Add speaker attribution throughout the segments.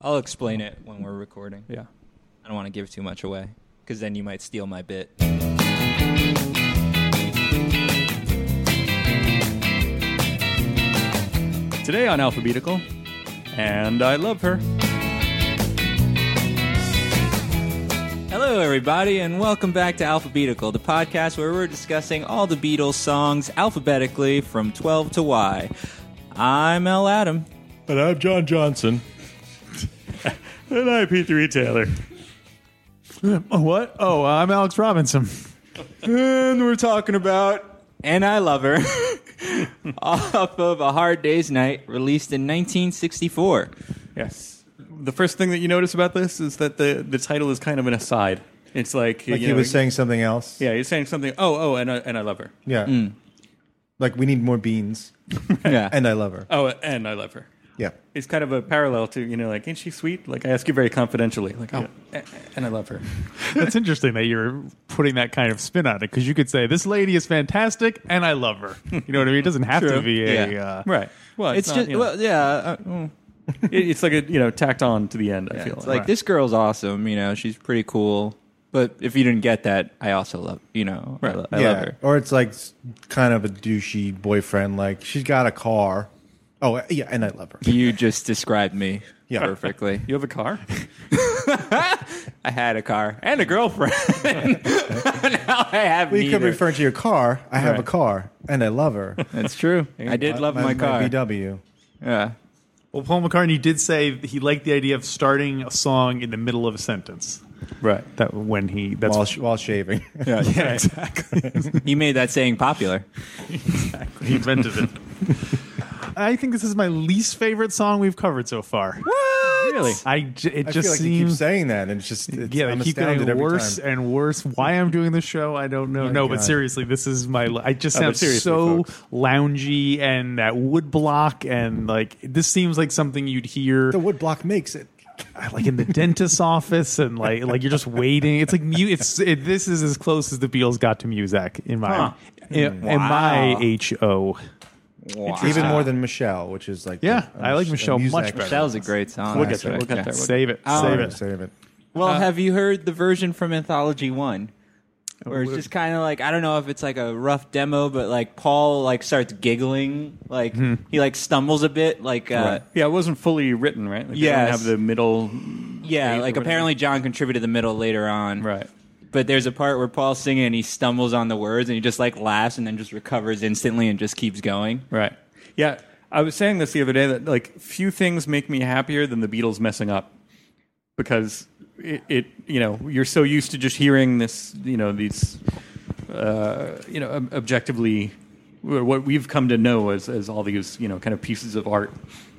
Speaker 1: I'll explain it when we're recording.
Speaker 2: Yeah.
Speaker 1: I don't want to give too much away because then you might steal my bit.
Speaker 2: Today on Alphabetical, and I love her.
Speaker 1: Hello, everybody, and welcome back to Alphabetical, the podcast where we're discussing all the Beatles songs alphabetically from 12 to Y. I'm El Adam.
Speaker 2: And I'm John Johnson. and I'm P3 Taylor.
Speaker 3: What? Oh, I'm Alex Robinson.
Speaker 1: And we're talking about And I Love Her off of A Hard Day's Night, released in 1964.
Speaker 2: Yes. The first thing that you notice about this is that the, the title is kind of an aside. It's like,
Speaker 3: Like
Speaker 2: you
Speaker 3: he
Speaker 2: know,
Speaker 3: was saying something else.
Speaker 2: Yeah, he's saying something. Oh, oh, and I, and I love her.
Speaker 3: Yeah. Like we need more beans,
Speaker 1: Yeah.
Speaker 3: and I love her.
Speaker 2: Oh, and I love her.
Speaker 3: Yeah.
Speaker 2: It's kind of a parallel to you know, like, ain't she sweet? Like I ask you very confidentially, like, oh, a- and I love her.
Speaker 4: That's interesting that you're putting that kind of spin on it because you could say this lady is fantastic and I love her. You know what I mean? It doesn't have
Speaker 2: True.
Speaker 4: to be a
Speaker 1: Yeah.
Speaker 4: uh,
Speaker 2: Right. Well,
Speaker 1: it's
Speaker 2: it's, not,
Speaker 1: just,
Speaker 2: you know,
Speaker 1: well, yeah. uh, mm.
Speaker 2: it- it's like a you know tacked on to the end. I feel
Speaker 1: It's like this girl's awesome, you know, she's pretty cool. But if you didn't get that, I also love, you know, I, lo- I
Speaker 3: yeah.
Speaker 1: love her.
Speaker 3: Or it's like s- kind of a douchey boyfriend. Like she's got a car. Oh yeah, and I love her.
Speaker 1: You just described me
Speaker 3: Yeah.
Speaker 1: perfectly.
Speaker 2: You have a car?
Speaker 1: I had a car and a girlfriend. now I have
Speaker 3: We could
Speaker 1: neither.
Speaker 3: refer to your car. I have a
Speaker 2: Right.
Speaker 3: car, and I love her.
Speaker 1: That's true. I did love my, car.
Speaker 3: VW.
Speaker 1: Yeah.
Speaker 4: Well, Paul McCartney did say he liked the idea of starting a song in the middle of a sentence.
Speaker 2: right.
Speaker 4: That when he that's
Speaker 3: While, sh- while shaving.
Speaker 1: Yeah.
Speaker 4: yeah exactly
Speaker 1: He made that saying popular.
Speaker 4: he invented it. I think this is my least favorite song we've covered so far.
Speaker 2: Really?
Speaker 4: I j- it
Speaker 3: I feel like
Speaker 4: just
Speaker 3: you keep
Speaker 4: seems
Speaker 3: saying that, and it's just it's,
Speaker 4: yeah,
Speaker 3: I'm
Speaker 4: they keep
Speaker 3: astounded
Speaker 4: getting
Speaker 3: every
Speaker 4: worse
Speaker 3: time.
Speaker 4: and worse. Why I'm doing this show, I don't know. no, but
Speaker 3: God.
Speaker 4: seriously, this is my. I just
Speaker 2: Oh, but
Speaker 4: sound
Speaker 2: seriously,
Speaker 4: so
Speaker 2: folks.
Speaker 4: loungy and that wood block and like this seems like something you'd hear
Speaker 3: The wood block makes it.
Speaker 4: like in the dentist's office and like like you're just waiting. It's like mu- It's it, this is as close as the Beatles got to Muzak in my
Speaker 2: Huh.
Speaker 4: in, in
Speaker 1: Wow.
Speaker 4: my H O.
Speaker 3: Even more than Michelle, which is like
Speaker 4: Yeah,
Speaker 3: the-
Speaker 4: I like Michelle
Speaker 3: music-
Speaker 4: much better.
Speaker 1: That was a great song.
Speaker 2: We'll get there, we'll get
Speaker 1: Yeah.
Speaker 2: there.
Speaker 4: Save it,
Speaker 2: um,
Speaker 1: Oh.
Speaker 4: save
Speaker 3: Save it,
Speaker 4: it.
Speaker 3: save it.
Speaker 1: Well, have you heard the version from Anthology One? Where it's just kind of like I don't know if it's like a rough demo, but like Paul like starts giggling, like he like stumbles a bit, like uh,
Speaker 2: Yeah, it wasn't fully written, right? Like, they don't
Speaker 1: Yes.
Speaker 2: have the middle.
Speaker 1: yeah,
Speaker 2: Eight or
Speaker 1: like
Speaker 2: whatever.
Speaker 1: apparently John contributed the middle later on,
Speaker 2: Right.
Speaker 1: But there's a part where Paul's singing and he stumbles on the words and he just like laughs and then just recovers instantly and just keeps going.
Speaker 2: Right. Yeah. I was saying this the other day that like few things make me happier than the Beatles messing up because it, it you know you're so used to just hearing this you know these uh, you know ob- objectively what we've come to know as as all these you know kind of pieces of art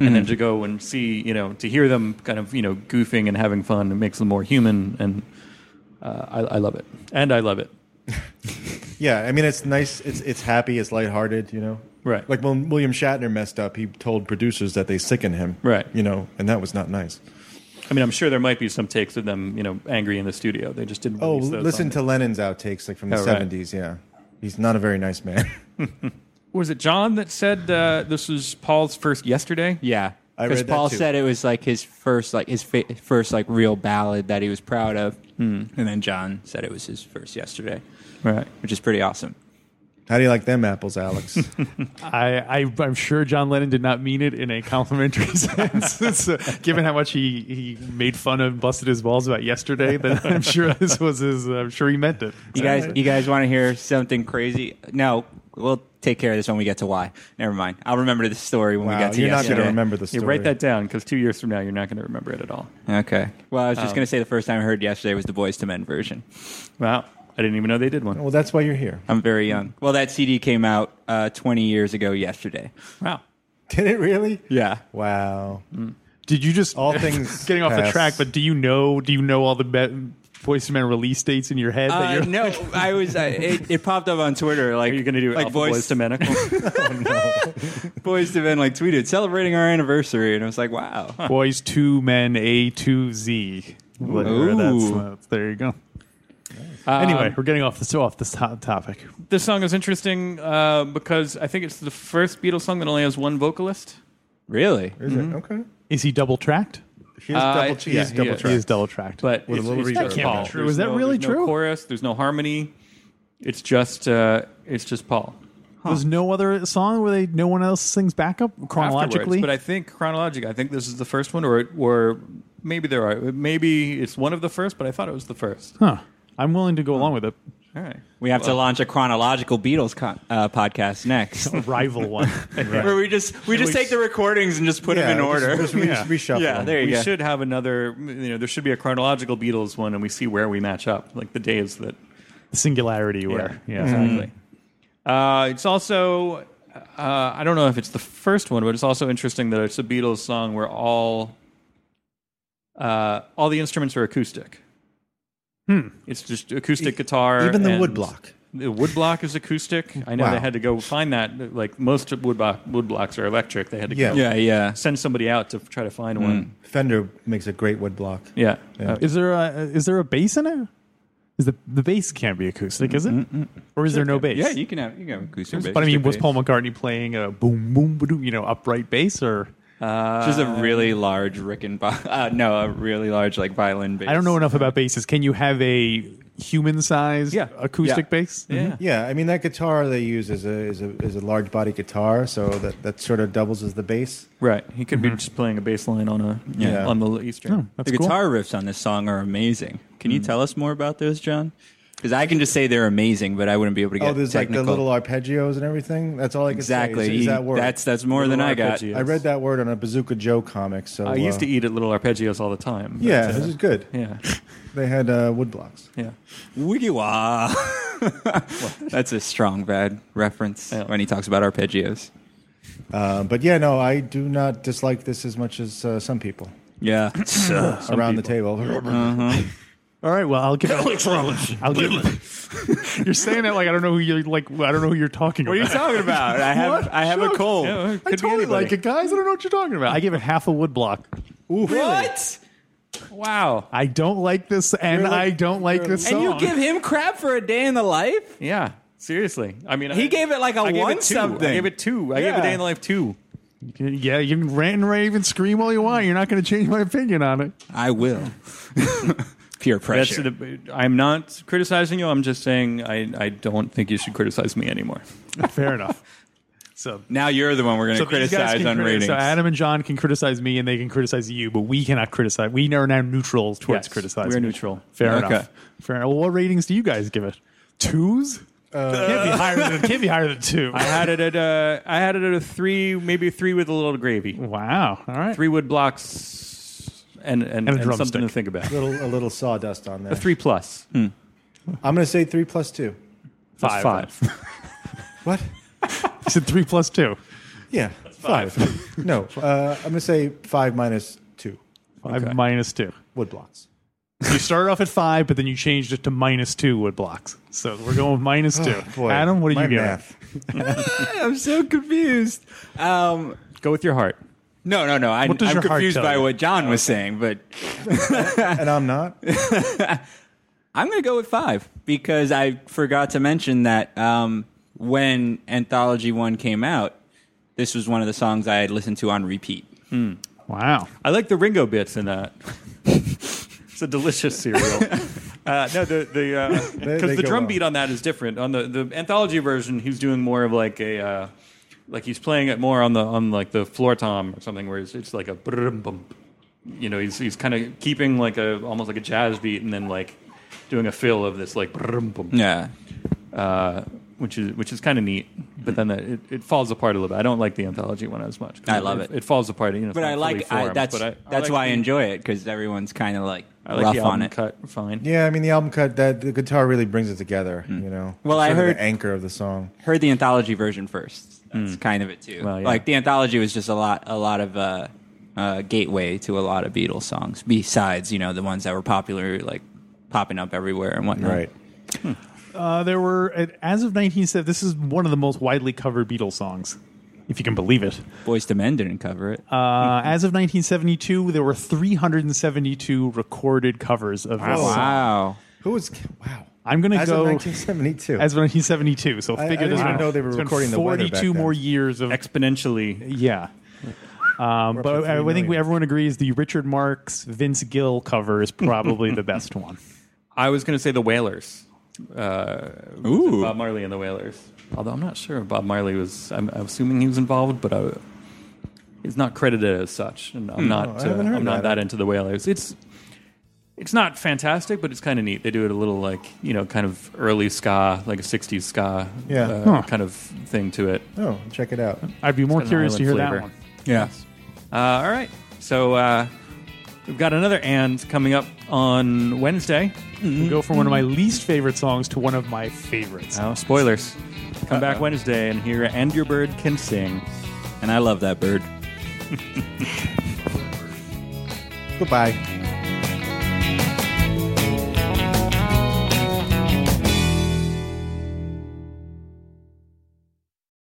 Speaker 2: and then to go and see you know to hear them kind of you know goofing and having fun it makes them more human and uh, I, I love it and I love it
Speaker 3: Yeah, I mean it's nice. It's it's happy. It's lighthearted. You know,
Speaker 2: Right.
Speaker 3: Like when William Shatner messed up, he told producers that they sicken him.
Speaker 2: Right.
Speaker 3: You know, and that was not nice.
Speaker 2: I mean I'm sure there might be some takes of them you know angry in the studio they just didn't
Speaker 3: Oh,
Speaker 2: release those
Speaker 3: listen
Speaker 2: on
Speaker 3: to Lennon's outtakes, like from the
Speaker 2: Oh, right.
Speaker 3: seventies. Yeah, he's not a very nice man.
Speaker 2: was it John that said uh, this was Paul's first yesterday?
Speaker 1: Yeah,
Speaker 3: I
Speaker 1: because
Speaker 3: read that
Speaker 1: Paul
Speaker 3: too.
Speaker 1: said it was like his first, like his fa- first, like real ballad that he was proud of,
Speaker 2: Hmm.
Speaker 1: and then John said it was his first yesterday,
Speaker 2: Right.
Speaker 1: which is pretty awesome.
Speaker 3: How do you like them apples, Alex?
Speaker 4: I, I I'm sure John Lennon did not mean it in a complimentary sense. It's, uh, given how much he, he made fun of and busted his balls about yesterday, then I'm sure this was his. I'm sure he meant it.
Speaker 1: You guys, you guys want to hear something crazy? No, we'll take care of this when we get to why. Never mind. I'll remember this story when we
Speaker 3: Wow,
Speaker 1: get to
Speaker 3: you're not
Speaker 1: yesterday.
Speaker 3: going to remember the
Speaker 2: You
Speaker 3: story.
Speaker 2: write that down because two years from now you're not going to remember it at all.
Speaker 1: Okay. Well, I was
Speaker 2: Oh.
Speaker 1: just going to say the first time I heard yesterday was the Boys to Men version.
Speaker 2: Wow. I didn't even know they did one.
Speaker 3: Well, that's why you're here.
Speaker 1: I'm very young. Well, that CD came out uh, 20 years ago yesterday.
Speaker 2: Wow.
Speaker 3: Did it really?
Speaker 1: Yeah.
Speaker 3: Wow.
Speaker 4: Did you just
Speaker 3: All things
Speaker 4: getting off the
Speaker 3: pass.
Speaker 4: track? But do you know? Do you know all the be- Voice to Men release dates in your head? that
Speaker 1: Uh,
Speaker 4: you're,
Speaker 1: no, I was. I, it, it popped up on Twitter. Like
Speaker 2: Are you going to do
Speaker 1: like
Speaker 2: Alpha Boys, to Menicle?
Speaker 1: Boys to Men like tweeted celebrating our anniversary, and I was like, wow.
Speaker 4: Boys Two Men A Two Z. Whatever that's- that's- there you go. anyway, we're getting off this off this hot topic.
Speaker 2: Um, this song is interesting uh, because I think it's the first Beatles song that only has one vocalist.
Speaker 1: Really?
Speaker 3: Is it okay?
Speaker 4: Is he double tracked?
Speaker 3: He is
Speaker 2: Uh,
Speaker 3: double,
Speaker 2: I-
Speaker 3: he
Speaker 2: yeah,
Speaker 3: is
Speaker 2: he
Speaker 3: double
Speaker 2: is.
Speaker 3: tracked.
Speaker 4: He is double tracked.
Speaker 2: but
Speaker 3: With a
Speaker 2: it's,
Speaker 3: little
Speaker 2: it's
Speaker 3: reverb.
Speaker 2: just
Speaker 3: That can't
Speaker 2: Paul.
Speaker 4: be true.
Speaker 2: There's
Speaker 4: Is that
Speaker 2: no-
Speaker 4: really
Speaker 2: there's
Speaker 4: true?
Speaker 2: No chorus. There's no harmony. It's just uh, it's just Paul.
Speaker 4: There's no other song where they no one else sings backup
Speaker 2: Afterwards,
Speaker 4: chronologically.
Speaker 2: But I think chronologically, I think this is the first one, or or maybe there are maybe it's one of the first, but I thought it was the first.
Speaker 4: huh. I'm willing to go along with it.
Speaker 2: All right.
Speaker 1: We have to launch a chronological Beatles con- uh, podcast next,
Speaker 4: Rival one.
Speaker 1: where we just we just take the recordings and just put
Speaker 3: Yeah,
Speaker 1: them in
Speaker 3: just-
Speaker 1: order.
Speaker 3: just re-
Speaker 4: Yeah.
Speaker 3: reshuffle
Speaker 1: yeah,
Speaker 3: them.
Speaker 1: there you
Speaker 2: we
Speaker 1: go.
Speaker 2: should have another. You know, there should be a chronological Beatles one, and we see where we match up, like the days that.
Speaker 4: Singularity where. Yeah.
Speaker 1: Mm-hmm.
Speaker 2: exactly. Uh, it's also. Uh, I don't know if it's the first one, but it's also interesting that it's a Beatles song where all uh, all the instruments are acoustic. Hmm. It's just acoustic guitar.
Speaker 3: E-, Even the
Speaker 2: and-
Speaker 3: woodblock.
Speaker 2: The woodblock is acoustic. I know
Speaker 3: Wow.
Speaker 2: they had to go find that. Like most woodblock woodblocks are electric. They had to
Speaker 3: Yeah.
Speaker 2: go
Speaker 1: yeah, yeah.
Speaker 2: send somebody out to try to find one.
Speaker 3: Fender makes a great wood block.
Speaker 2: Yeah.
Speaker 3: Yeah. Mm-hmm.
Speaker 2: Uh,
Speaker 4: Is there a is there a bass in it? Is the the bass can't be acoustic, is it? Or is there no bass?
Speaker 1: Yeah, you can have you can have acoustic bass.
Speaker 4: But I mean, was
Speaker 1: bass.
Speaker 4: Paul McCartney playing a boom boom ba-doom, you know upright bass or
Speaker 1: Which is Uh, a really large Rickenbacker. Uh, no, a really large like violin bass.
Speaker 4: I don't know enough about basses. Can you have a human sized
Speaker 2: Yeah.
Speaker 4: acoustic
Speaker 1: Yeah.
Speaker 4: bass? Mm-hmm.
Speaker 2: yeah.
Speaker 3: Yeah, I mean that guitar they use is a is a is a large body guitar, so that that sort of doubles as the bass.
Speaker 2: Right. He could be just playing a bass line on a
Speaker 3: Mm-hmm. Yeah. Hmm.
Speaker 2: on the E string.
Speaker 4: That's
Speaker 1: The guitar riffs on this song are amazing. Can you tell us more about those, John? Because I can just say they're amazing, but I wouldn't be able to get
Speaker 3: Oh, there's
Speaker 1: technical.
Speaker 3: like the little arpeggios and everything. That's all I can
Speaker 1: exactly.
Speaker 3: say. is- is that word?
Speaker 1: That's that's more than I got.
Speaker 2: arpeggio.
Speaker 3: I read that word on a Bazooka Joe comic. So
Speaker 2: I used
Speaker 3: uh,
Speaker 2: to eat at little arpeggios all the time. but,
Speaker 3: Yeah,
Speaker 2: uh,
Speaker 3: this is good.
Speaker 2: yeah,
Speaker 3: They had uh, wood blocks.
Speaker 2: yeah.
Speaker 1: Wiggy wah. that's a strong bad reference
Speaker 2: Yeah.
Speaker 1: when he talks about arpeggios.
Speaker 3: Uh, but yeah, no, I do not dislike this as much as uh, some people
Speaker 1: Yeah.
Speaker 3: around the table.
Speaker 4: All right, well I'll give Alex Rollins. I'll give You're saying it like I don't know who you're like I don't know who you're talking
Speaker 1: what are you
Speaker 4: about.
Speaker 1: talking about? I have I have a cold.
Speaker 2: Yeah, it
Speaker 4: I
Speaker 2: could be
Speaker 4: totally
Speaker 2: anybody.
Speaker 4: like it, guys. I don't know what you're talking about. I give it half a wood block.
Speaker 1: What?
Speaker 2: Wow.
Speaker 4: I don't like this, and
Speaker 3: You're like-
Speaker 4: I don't like
Speaker 3: you're
Speaker 4: this
Speaker 1: And you
Speaker 4: song.
Speaker 1: give him crap for a day in the life?
Speaker 2: Yeah. Seriously. I mean,
Speaker 1: He
Speaker 2: I,
Speaker 1: gave it like a
Speaker 2: I gave
Speaker 1: one
Speaker 2: it two.
Speaker 1: something.
Speaker 2: I gave it two. I
Speaker 1: Yeah.
Speaker 2: gave a day in the life two.
Speaker 4: yeah, you can rant and rave and scream all you want. You're not going to change my opinion on it.
Speaker 1: I will. Pure
Speaker 2: That's
Speaker 1: pressure.
Speaker 2: the, I'm not criticizing you. I'm just saying I, I don't think you should criticize me anymore.
Speaker 4: Fair enough. So,
Speaker 1: now you're the one we're going to
Speaker 4: so these guys
Speaker 1: criticize
Speaker 4: can
Speaker 1: on
Speaker 4: criti-
Speaker 1: ratings.
Speaker 4: So Adam and John can criticize me, and they can criticize you, but we cannot criticize. We are now neutral towards
Speaker 2: Yes,
Speaker 4: criticizing.
Speaker 2: we're neutral.
Speaker 4: Fair
Speaker 1: Okay.
Speaker 4: enough. Fair enough. Well, what ratings do you guys give it? Twos? can't be higher than can't be higher than two.
Speaker 2: I had it at a, I had it at a three, maybe a three with a little gravy.
Speaker 4: wow. All right.
Speaker 2: Three wood blocks and and,
Speaker 4: a
Speaker 2: and something
Speaker 4: drumstick.
Speaker 2: to think about.
Speaker 3: little, a little sawdust on there.
Speaker 2: A three plus.
Speaker 3: I'm going to say three plus two.
Speaker 2: That's
Speaker 4: Five.
Speaker 2: five.
Speaker 3: What?
Speaker 4: You said three plus two.
Speaker 3: Yeah, five. no, uh, I'm going to say five minus two
Speaker 4: Five minus two.
Speaker 3: wood blocks.
Speaker 4: You started off at five, but then you changed it to minus two wood blocks. So we're going with minus two.
Speaker 3: Boy,
Speaker 4: Adam, what do
Speaker 3: my
Speaker 4: you get?
Speaker 3: math.
Speaker 1: I'm so confused. Um,
Speaker 2: Go with your heart.
Speaker 1: no, no, no. I,
Speaker 4: What does
Speaker 1: I'm
Speaker 4: your heart
Speaker 1: confused
Speaker 4: tell
Speaker 1: by
Speaker 4: you?
Speaker 1: what John was saying, but
Speaker 3: And I'm not.
Speaker 1: I'm going to go with five because I forgot to mention that um, when Anthology 1 came out, this was one of the songs I had listened to on repeat.
Speaker 4: Wow.
Speaker 2: I like the Ringo bits in that. it's a delicious cereal. uh, no, the the
Speaker 3: They-
Speaker 2: because
Speaker 3: they
Speaker 2: the
Speaker 3: go
Speaker 2: drum
Speaker 3: well.
Speaker 2: beat on that is different. On the, the anthology version, he's doing more of like a uh, like he's playing it more on the on like the floor tom or something, where it's, it's like a brum bump. You know, he's he's kind of keeping like a almost like a jazz beat, and then like doing a fill of this like brum bump.
Speaker 1: Yeah.
Speaker 2: Uh, which is which is kind of neat,
Speaker 1: Mm-hmm.
Speaker 2: but then the, it, it falls apart a little bit. I don't like the anthology one as much. 'cause
Speaker 1: I love it.
Speaker 2: It falls apart, you know. it's
Speaker 1: But
Speaker 2: not
Speaker 1: I
Speaker 2: fully
Speaker 1: like I,
Speaker 2: formed,
Speaker 1: that's
Speaker 2: but I- I
Speaker 1: that's
Speaker 2: like
Speaker 1: why I
Speaker 2: the-
Speaker 1: enjoy it because everyone's kind of like,
Speaker 2: I like
Speaker 1: rough
Speaker 2: the
Speaker 1: on
Speaker 2: album
Speaker 1: it.
Speaker 2: cut fine.
Speaker 3: Yeah, I mean the album cut that the guitar really brings it together. You know.
Speaker 1: Well,
Speaker 3: It's
Speaker 1: I
Speaker 3: sort of
Speaker 1: heard-
Speaker 3: the anchor of the song.
Speaker 1: Heard the anthology version first. That's kind of it too.
Speaker 2: Hmm. Well, yeah.
Speaker 1: Like the anthology was just a lot a lot of uh, uh, gateway to a lot of Beatles songs besides you know the ones that were popular like popping up everywhere and whatnot.
Speaker 3: Right.
Speaker 4: Uh, there were, as of 1970, this is one of the most widely covered Beatles songs, if you can believe it.
Speaker 1: Boys to Men didn't cover it.
Speaker 4: Uh, as of 1972, there were 372 recorded covers of this song.
Speaker 1: wow.
Speaker 3: Who was? Wow.
Speaker 4: I'm going to
Speaker 3: As
Speaker 4: go
Speaker 3: of 1972.
Speaker 4: as of 1972. So
Speaker 3: I
Speaker 4: figure this
Speaker 3: didn't
Speaker 4: out.
Speaker 3: know they were
Speaker 4: It's been
Speaker 3: recording the weather
Speaker 4: 42
Speaker 3: back then.
Speaker 4: more years of.
Speaker 2: Exponentially.
Speaker 4: yeah. Um,
Speaker 3: to
Speaker 4: but
Speaker 3: three
Speaker 4: I, I think
Speaker 3: million.
Speaker 4: we, everyone agrees the Richard Marx Vince Gill cover is probably the best one.
Speaker 2: I was going to say the Whalers. Uh,
Speaker 1: Ooh.
Speaker 2: Bob Marley and the Whalers. Although I'm not sure if Bob Marley was. I'm, I'm assuming he was involved, but I, he's not credited as such. And I'm not.
Speaker 3: Hmm. Oh, I
Speaker 2: uh,
Speaker 3: haven't heard
Speaker 2: I'm not
Speaker 3: about
Speaker 2: that into the Whalers. It's. It's not fantastic, but it's kind of neat. They do it a little like you know, kind of early ska, like a '60s ska,
Speaker 3: Yeah.
Speaker 2: uh,
Speaker 4: Huh.
Speaker 2: kind of thing to it.
Speaker 3: Oh, check it out.
Speaker 4: I'd be more
Speaker 2: an
Speaker 4: curious to hear
Speaker 2: island
Speaker 4: that
Speaker 2: flavor.
Speaker 4: one.
Speaker 1: Yeah.
Speaker 2: Uh, all right, so uh, we've got another and coming up on Wednesday.
Speaker 4: We Go from one of my least favorite songs to one of my favorites.
Speaker 2: Oh, spoilers. Come back Wednesday and hear And Your Bird Can Sing.
Speaker 1: And I love that bird.
Speaker 3: Goodbye.